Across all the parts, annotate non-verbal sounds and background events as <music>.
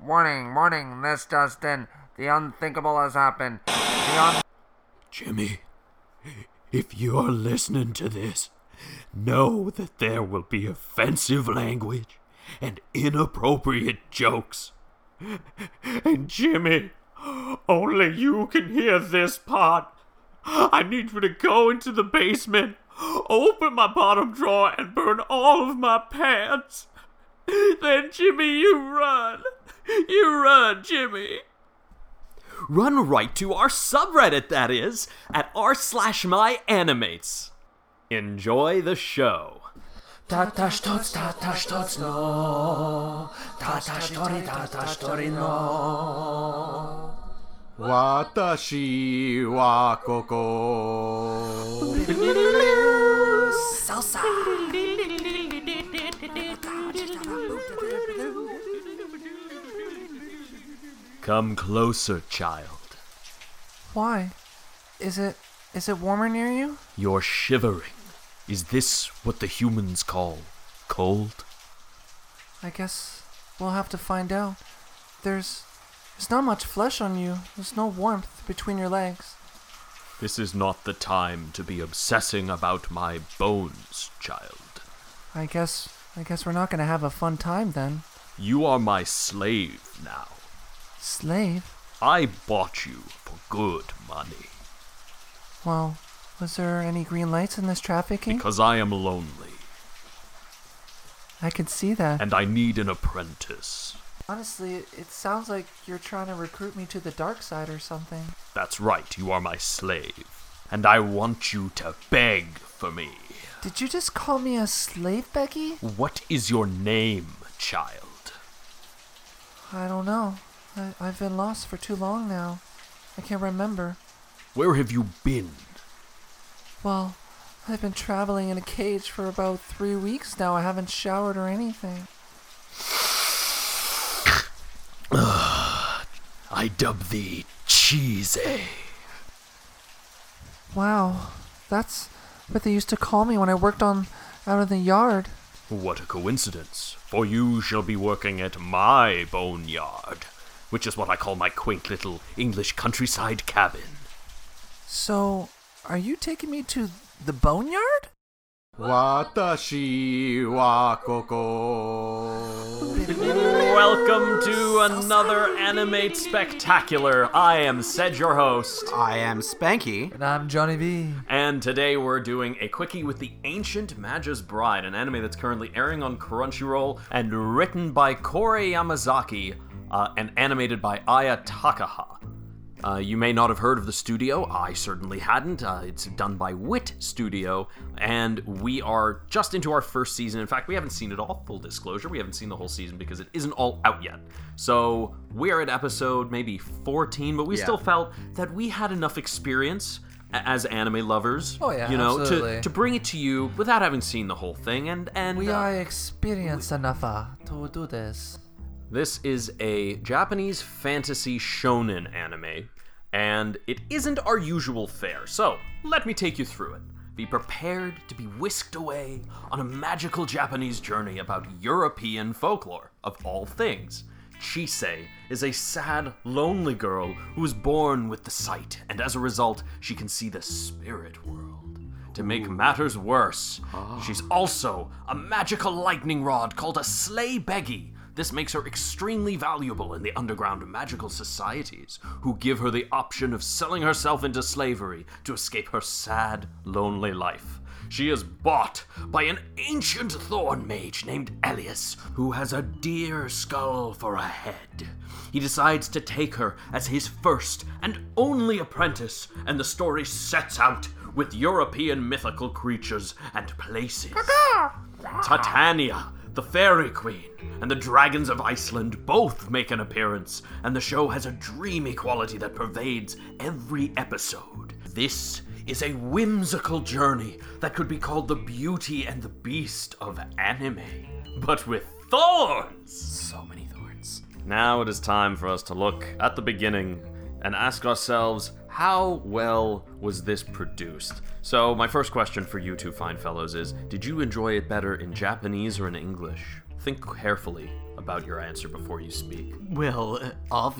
Warning, warning, this just in. The unthinkable has happened. The un- Jimmy, if you're listening to this, know that there will be offensive language and inappropriate jokes. And Jimmy, only you can hear this part. I need you to go into the basement, open my bottom drawer, and burn all of my pants. Then, Jimmy, you run. You run, Jimmy run right to our subreddit that is at r slash my animates enjoy the show Tata sztoc, tata sztoc, no. Tata sztori, tata sztori, no. Watashi wa koko. Salsa. come closer child Why? Is it is it warmer near you? you're shivering is this what the humans call cold I guess we'll have to find out. There's there's not much flesh on you. There's no warmth between your legs. this is not the time to be obsessing about my bones child I guess I guess we're not gonna have a fun time then. you are my slave now Slave? i bought you for good money Well, was there any green lights in this trafficking? because i am lonely I could see that. and i need an apprentice Honestly, it, it sounds like you're trying to recruit me to the dark side or something. That's right, you are my slave. And I want you to beg for me. Did you just call me a slave, Becky? What is your name, child? I don't know. I, I've been lost for too long now. I can't remember. Where have you been? Well, I've been traveling in a cage for about three weeks now. I haven't showered or anything. I dub thee Cheesy. Wow, that's what they used to call me when I worked on out in the yard. What a coincidence, for you shall be working at my boneyard, which is what I call my quaint little English countryside cabin. So, are you taking me to the boneyard? Watashi wa koko. Welcome to another Animate Spectacular. I am Sed, your host. I am Spanky. And I'm Johnny B. And today we're doing a quickie with the Ancient Magus Bride, an anime that's currently airing on Crunchyroll and written by Korei Yamazaki uh, and animated by Aya Takaha. Uh, you may not have heard of the studio. I certainly hadn't. Uh, it's done by Wit Studio, and we are just into our first season. In fact, we haven't seen it all. Full disclosure, we haven't seen the whole season because it isn't all out yet. So we are at episode maybe 14, but we still felt that we had enough experience a- as anime lovers. Oh, yeah, you know, to, absolutely. to bring it to you without having seen the whole thing. And and We uh, are experienced enough uh, to do this. This is a Japanese fantasy shonen anime, and it isn't our usual fare, so let me take you through it. Be prepared to be whisked away on a magical Japanese journey about European folklore, of all things. Chisei is a sad, lonely girl who is born with the sight, and as a result, she can see the spirit world. To make matters worse, she's also a magical lightning rod called a sleigh beggy. This makes her extremely valuable in the underground magical societies, who give her the option of selling herself into slavery to escape her sad, lonely life. She is bought by an ancient thorn mage named Elias, who has a deer skull for a head. He decides to take her as his first and only apprentice, and the story sets out with European mythical creatures and places. Titania, the Fairy Queen, and the Dragons of Iceland both make an appearance, and the show has a dreamy quality that pervades every episode. This is a whimsical journey that could be called the beauty and the beast of anime, but with thorns! So many thorns. Now it is time for us to look at the beginning and ask ourselves how well was this produced? So, my first question for you two fine fellows is Did you enjoy it better in Japanese or in English? Think carefully about your answer before you speak. Well, uh,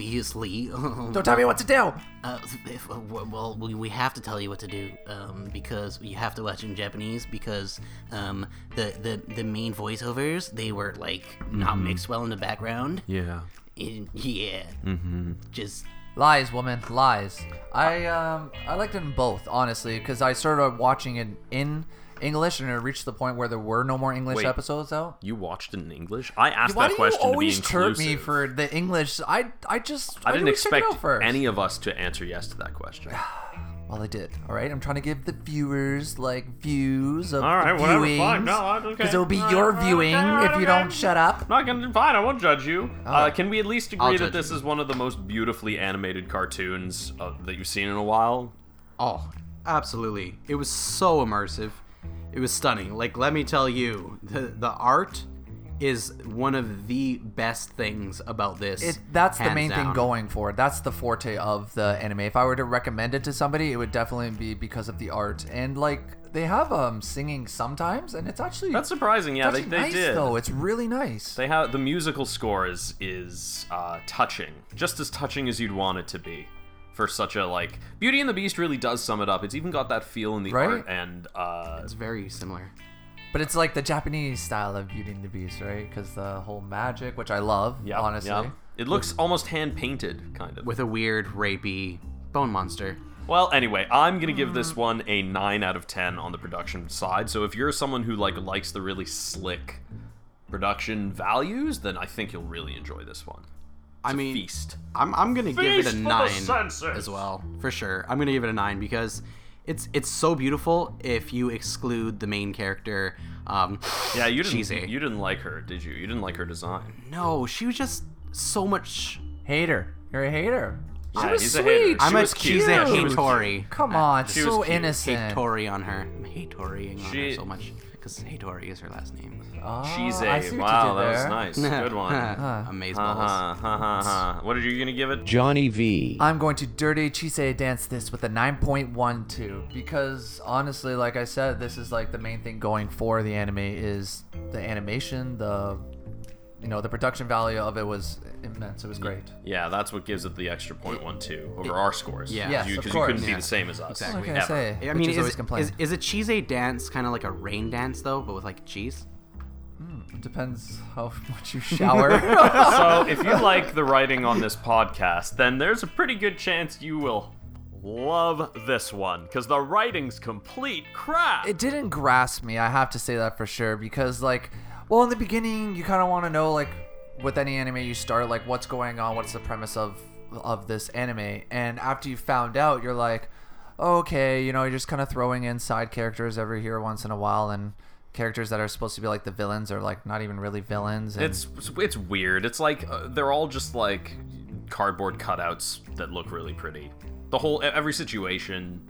obviously. um, Don't tell me what to do! uh, if, uh, w- well, we, we have to tell you what to do um, because you have to watch it in Japanese because um, the, the the main voiceovers they were like not Mm-hmm. mixed well in the background. Yeah. And, yeah. Mm-hmm. Just Lies, woman, lies. I um I liked them both honestly because I started watching it in English and it reached the point where there were no more English Wait. episodes out. You watched it in English? I asked that Why do you question to be always turn inclusive. me for the English? I I just I why didn't we check it expect out first? any of us to answer yes to that <sighs> question. Well, I did. All right, I'm trying to give the viewers like views of All right, the whatever, viewings, fine. No, I- okay. it'll be All right, your okay, viewing all right, if okay. you don't shut up. Not gonna. Fine, I won't judge you. Oh. Uh, can we at least agree that judge this is one of the most beautifully animated cartoons uh, that you've seen in a while? Oh, absolutely. It was so immersive. It was stunning. Like, let me tell you, the, the art is one of the best things about this. It, that's the hands main thing down. going for. it. That's the forte of the anime. If I were to recommend it to somebody, it would definitely be because of the art and like they have um singing sometimes, and it's actually That's surprising. Yeah, it's they, actually they nice did. though. It's really nice. They have the musical score is is uh, touching, just as touching as you'd want it to be, for such a like Beauty and the Beast really does sum it up. It's even got that feel in the Right? art and uh, It's very similar. But it's like the Japanese style of Beauty and the Beast, right? Because the whole magic, which I love, yeah, honestly. yeah. it looks almost hand painted, kind of. With a weird, rapey bone monster. Well, anyway, I'm gonna give this one a nine out of ten on the production side. So if you're someone who like likes the really slick production values, then I think you'll really enjoy this one. I mean, Feast. I'm, I'm gonna give Feast it for a the nine senses. as well, for sure. I'm gonna give it a nine because it's it's so beautiful. If you exclude the main character, um, <sighs> Yeah, you didn't cheesy. you didn't like her, did you? You didn't like her design. no, she was just so much. Hater. You're a hater. She yeah, was he's a sweet. hater. She I'm a was cute. cheesy Yeah, she was Tori. Come on, was so cute. innocent. Tori on her. I'm hate Tori on She- her so much because Tori is her last name. Ah, Cheesy. I see what you Wow, did that was there. nice. Good <laughs> one. Uh-huh. Amazeballs. uh-huh. What are you gonna give it? Johnny V. I'm going to dirty Chise dance this with a 9.12 because honestly, like I said, this is like the main thing going for the anime is the animation, the you know, the production value of it was immense. It was great. Yeah, that's what gives it the extra point one two over our scores. Yeah. Yes, you, 'cause of you course. couldn't be Yeah. the same as us. What Exactly. can I ever. <laughs> say? I Which is, mean, is, always it- complained. is, is a cheese dance kind of like a rain dance though, but with like cheese? it depends how <laughs> much you shower. <laughs> So, if you like the writing on this podcast, then there's a pretty good chance you will love this one because the writing's complete crap. it didn't grasp me i have to say that for sure because like well in the beginning you kind of want to know like with any anime you start like what's going on what's the premise of of this anime and after you found out you're like okay you know you're just kind of throwing in side characters every here once in a while and characters that are supposed to be like the villains are like not even really villains and it's it's weird. It's like uh, they're all just like cardboard cutouts that look really pretty. The whole e, every situation,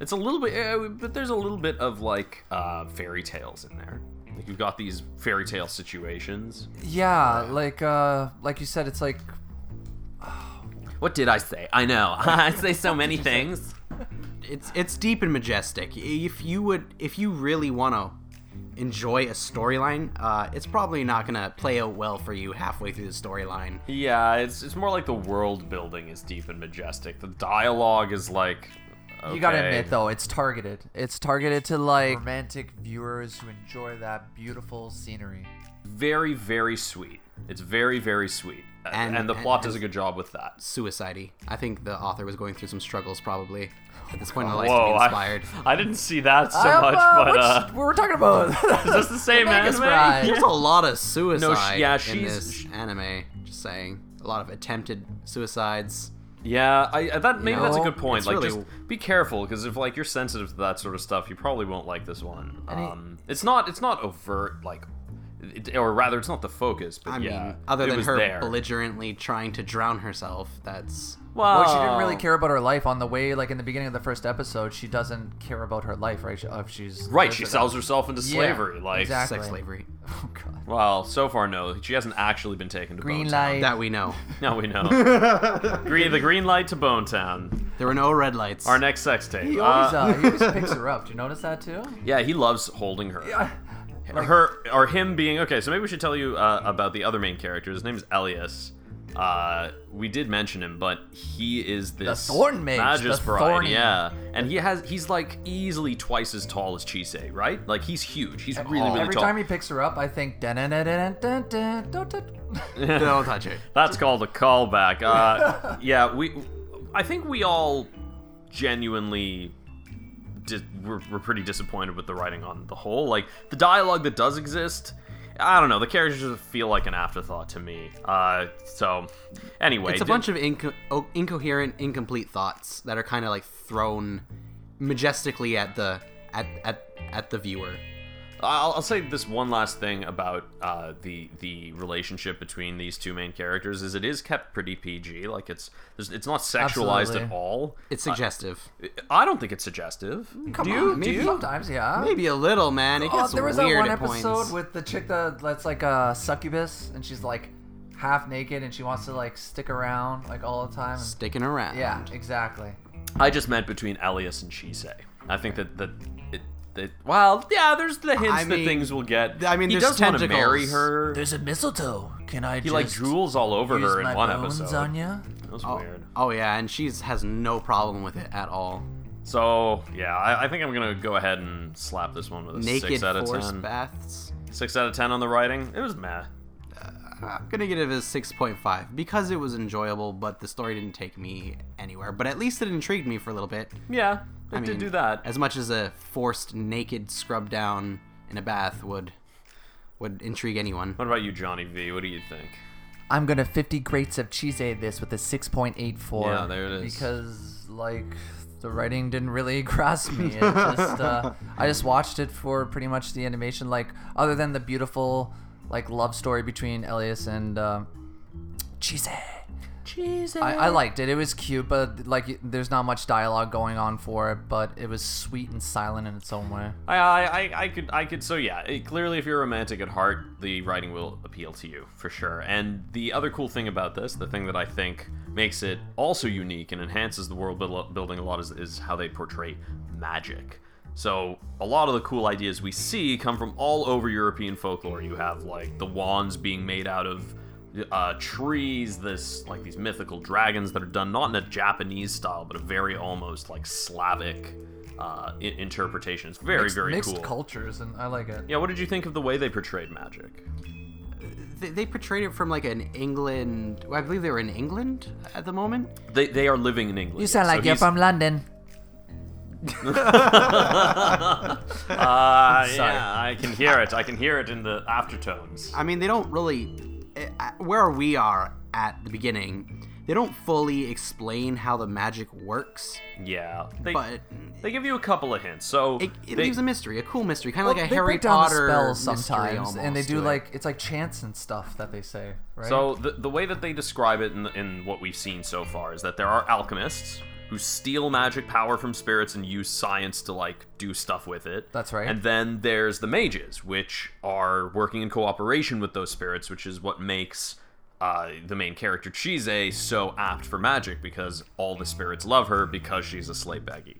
it's a little bit, uh, but there's a little bit of like uh, fairy tales in there. Like you've got these fairy tale situations. yeah like uh like you said it's like What did I say? I know <laughs> I say so many things. It's it's deep and majestic. If you would, if you really want to enjoy a storyline, uh, it's probably not gonna play out well for you halfway through the storyline. Yeah, it's it's more like the world building is deep and majestic. The dialogue is like. You gotta okay. admit though, it's targeted. It's targeted to like romantic viewers who enjoy that beautiful scenery. very very sweet. It's very very sweet, and, And- and the and- plot does a and- good job with that. Suicide. I think the author was going through some struggles probably at this point in life to Whoa, be I- inspired. <laughs> I, didn't see that so much, but uh, we're talking <laughs> about. is this the same Vegas anime? ride. There's a lot of suicide yeah, in she's- this she- anime. Just saying, a lot of attempted suicides. <laughs> Yeah, I, I- that maybe that's a know, good point. it's Like, really- just be careful because if like you're sensitive to that sort of stuff, you probably won't like this one. Um, it's not it's not overt like, it, or rather, it's not the focus. But I yeah, mean, other it than was her there. belligerently trying to drown herself, that's well, she didn't really care about her life on the way. Like in the beginning of the first episode, she doesn't care about her life, right? She- If she's Right, she lives sells herself into Yeah, slavery. like, exactly. sex slavery. <laughs> Oh god. well, so far no, she hasn't actually been taken to Green Bonetown. light. That we know. <laughs> Now we know. green, the green light to Bonetown. There were no red lights. Our next sex tape. He Uh, always, uh, he always picks her up. Do you notice that too? yeah, he loves holding her. her or him being okay. So maybe we should tell you uh, about the other main character. His name is Elias. Uh, we did mention him, but he is this thorn mage, Magus the bride, thorny. yeah. And he has he's like easily twice as tall as Chise, right? Like he's huge. He's really really Every tall. time he picks her up, I think. <laughs> "Dun, dun, dun, dun, dun, dun, dun, dun." Don't touch it. That's called a callback. <laughs> Uh, yeah, we. I think we all genuinely di- we're, we're pretty disappointed with the writing on the whole. Like the dialogue that does exist. I don't know. The characters just feel like an afterthought to me. Uh, so, anyway, It's a did- bunch of inco- oh, incoherent, incomplete thoughts that are kind of like thrown majestically at the at at at the viewer. I'll, I'll say this one last thing about uh, the the relationship between these two main characters is it is kept pretty PG. Like it's there's- it's not sexualized at Absolutely. all. It's suggestive. I don't think it's suggestive. Come do on, you? I mean, do you? sometimes, yeah. Maybe a little, man. It Oh, gets there was that weird one at episode points. with the chick that, that's like a succubus, and she's like half naked, and she wants to like stick around like all the time. and- sticking around. yeah, exactly. I just meant between Elias and Shise. I think that that it, it well, yeah. There's the hints I that mean- things will get. I mean, he there's does want to tentacles. marry her. There's a mistletoe. Can I He like drools all over her in one episode. ya? That was Oh, weird. oh yeah, and she has no problem with it at all. So yeah, I, I think I'm gonna go ahead and slap this one with a Naked six out of force ten. baths. Six out of ten on the writing. It was meh. Ah. I'm gonna give it a 6.5 because it was enjoyable, but the story didn't take me anywhere. But at least it intrigued me for a little bit. Yeah, it I did mean, do that. As much as a forced naked scrub down in a bath would would intrigue anyone. What about you, Johnny V? What do you think? I'm gonna 50 grates of cheese this with a 6.84. Yeah, there it is. Because like the writing didn't really <laughs> grasp me. It just uh, I just watched it for pretty much the animation. Like other than the beautiful like love story between Elias and uh, cheese. Cheese. I, I liked it. It was cute, but like there's not much dialogue going on for it. But it was sweet and silent in its own way. I, I, I- I could, I could. So yeah, it, clearly, if you're romantic at heart, the writing will appeal to you for sure. And the other cool thing about this, the thing that I think makes it also unique and enhances the world buil- building a lot, is, is how they portray magic. So a lot of the cool ideas we see come from all over European folklore. You have like the wands being made out of uh, trees, this like these mythical dragons that are done not in a Japanese style, but a very almost like Slavic uh, I- interpretation. It's very Mixed- very mixed cool. cultures, and I like it. yeah, what did you think of the way they portrayed magic? They, they portrayed it from like an England. I believe they were in England at the moment. They, they are living in England. so he's- London. Uh, yeah, I can hear it. I can hear it in the aftertones. I mean, they don't really. uh, Where we are at the beginning, they don't fully explain how the magic works, Yeah, they but they give you a couple of hints. So it, it they- leaves a mystery, a cool mystery, kind of Well, like a they Harry break down the Potter spells mystery sometimes, and they almost do to it. like it's like chants and stuff that they say, right? So the, the way that they describe it in, in what we've seen so far is that there are alchemists who steal magic power from spirits and use science to like do stuff with it. That's right. And then there's the mages, which are working in cooperation with those spirits, which is what makes uh, the main character Chise so apt for magic because all the spirits love her because she's a slave baggie.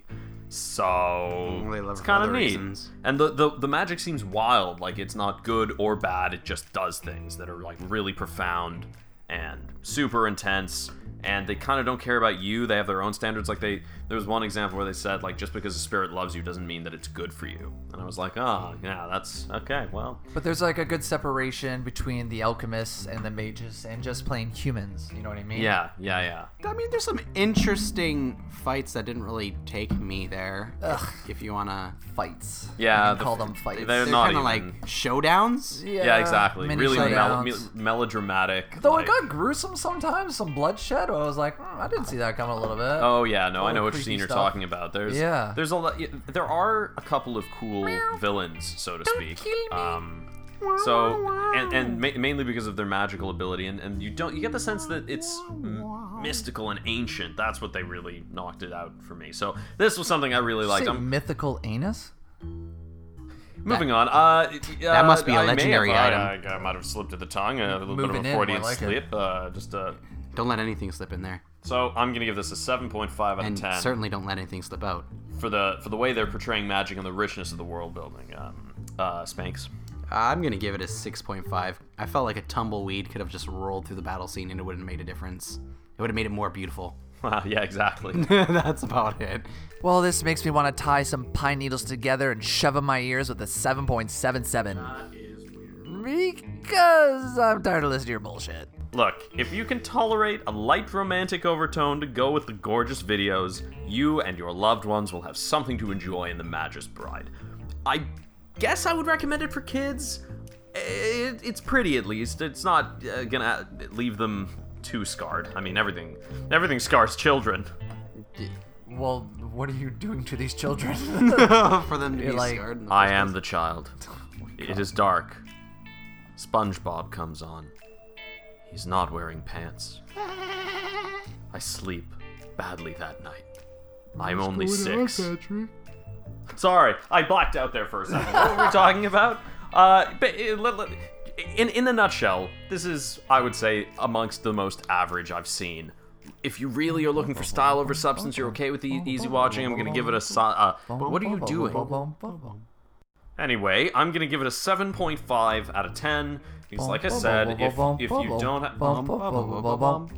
So they love it's her for kind of other neat. reasons. And the, the the magic seems wild, like it's not good or bad, it just does things that are like really profound and super intense and they kind of don't care about you. They have their own standards like they there was one example where they said like just because a spirit loves you doesn't mean that it's good for you. And I was like, "Oh, yeah, that's okay. Well, but there's like a good separation between the alchemists and the mages, and just plain humans. You know what I mean? yeah, yeah, yeah." I mean, there's some interesting fights that didn't really take me there. Ugh. If you wanna, Fights. Yeah, You can the- call them fights. they're they're not kind of like even- showdowns. Yeah, exactly. mini Really mel- showdowns. mel- melodramatic. Though like- it got gruesome sometimes, some bloodshed. I was like, "Hmm, I didn't see that coming a little bit. Oh yeah, no, I know which creepy scene you're stuff. talking about. There's Yeah. there's a lot. There are a couple of cool villains, so to speak. Um, so and, and ma- mainly because of their magical ability, and, and you don't you get the sense that it's m- mystical and ancient. That's what they really knocked it out for me. So this was something I really Did you liked. say I'm mythical anus. moving on. Uh, it- uh, must be a I may have- legendary I- I, I might have slipped at the tongue. A little Moving bit of a in, more Freudian like it. slip. Uh, just uh, Don't let anything slip in there, so I'm gonna give this a 7.5 out of and 10. certainly don't let anything slip out. for the for the way they're portraying magic and the richness of the world building. Um, uh, Spanks. I'm gonna give it a 6.5. I felt like a tumbleweed could have just rolled through the battle scene and it wouldn't have made a difference. It would have made it more beautiful. <laughs> <laughs> Wow, yeah, exactly. That's about it. Well, this makes me want to tie some pine needles together and shove 'em in my ears with a 7.77. Because I'm tired of listening to your bullshit. Look, if you can tolerate a light romantic overtone to go with the gorgeous videos, you and your loved ones will have something to enjoy in The Magus Bride. I guess I would recommend it for kids. It, it's pretty at least. It's not uh, gonna leave them too scarred. I mean, everything everything scars children. Well, what are you doing to these children? <laughs> <laughs> For them to You're be like- scarred. in the I first Oh am the <laughs> child. it is dark. SpongeBob comes on. He's not wearing pants. I sleep badly that night. I'm only six. Sorry, I blacked out there for a second. what were we talking about? <laughs> Uh, but uh, let- let- in in a nutshell, this is I would say amongst the most average I've seen. If you really are looking for style over substance, you're okay with the e-, easy watching. I'm gonna give it a. So- uh, what are you doing? Anyway, I'm gonna give it a 7.5 out of 10 because, like I said, if, if you don't ha- um,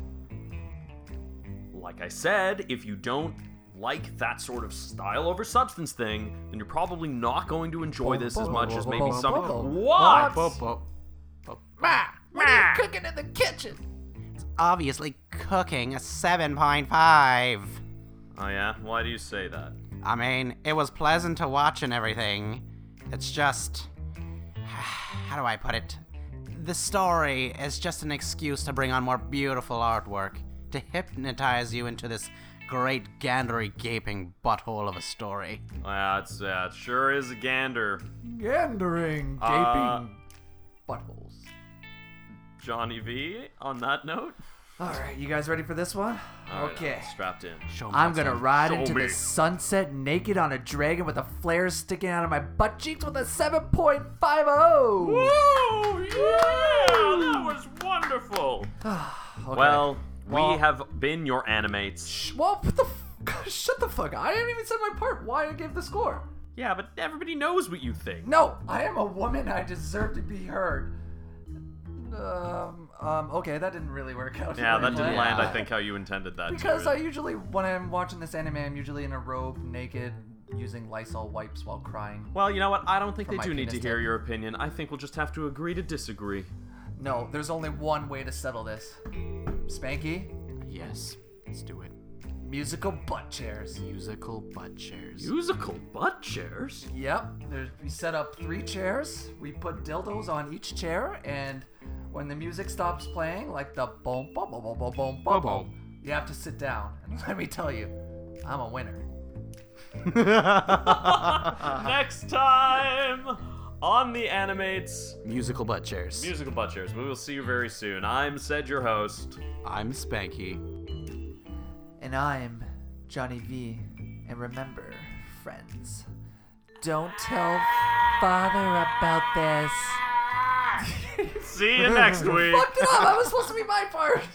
like I said, if you don't like that sort of style over substance thing, then you're probably not going to enjoy this as much as maybe some. What? place. Whoop, whoop. Cooking in the kitchen. Obviously, cooking a 7.5. Oh yeah, why do you say that? I mean, it was pleasant to watch and everything. It's just. <sighs> How do I put it? The story is just an excuse to bring on more beautiful artwork, to hypnotize you into this great gandery gaping butthole of a story. Well, it's, uh, it sure is a gander. Gandering, gaping Uh, buttholes. Johnny V. On that note, All right, you guys ready for this one? All right, okay. I'm strapped in. Show me I'm what's gonna up. ride Show into me. the sunset naked on a dragon with a flare sticking out of my butt cheeks with a 7.50. Oh yeah, that was wonderful. Okay. Well, we Well- have been your animates. Sh- well, what the f- <laughs> shut the fuck up. I didn't even say my part. Why I gave the score? Yeah, but everybody knows what you think. No, I am a woman. I deserve to be heard. Um, um, okay, that didn't really work out. Yeah, that didn't Yeah. land. I think how you intended that. Because to. I usually, when I'm watching this anime, I'm usually in a robe, naked, using Lysol wipes while crying. Well, you know what? I don't think they my do need to penis hear tip. your opinion. I think we'll just have to agree to disagree. No, there's only one way to settle this. Spanky, Yes. Let's do it. musical butt chairs. Musical butt chairs. Musical butt chairs? Yep, there's, we set up three chairs. We put dildos on each chair, and when the music stops playing, like the boom, boom, boom, boom, boom, boom, boom, boom, you have to sit down. <laughs> And let me tell you, I'm a winner. Next time on the Animates Musical butt chairs. Musical Butt Chairs. We will see you very soon. I'm Sed, your host. I'm Spanky. And I'm Johnny V. And remember, friends, don't tell father about this. See you next week. <laughs> Fuck it up! That was supposed to be my part.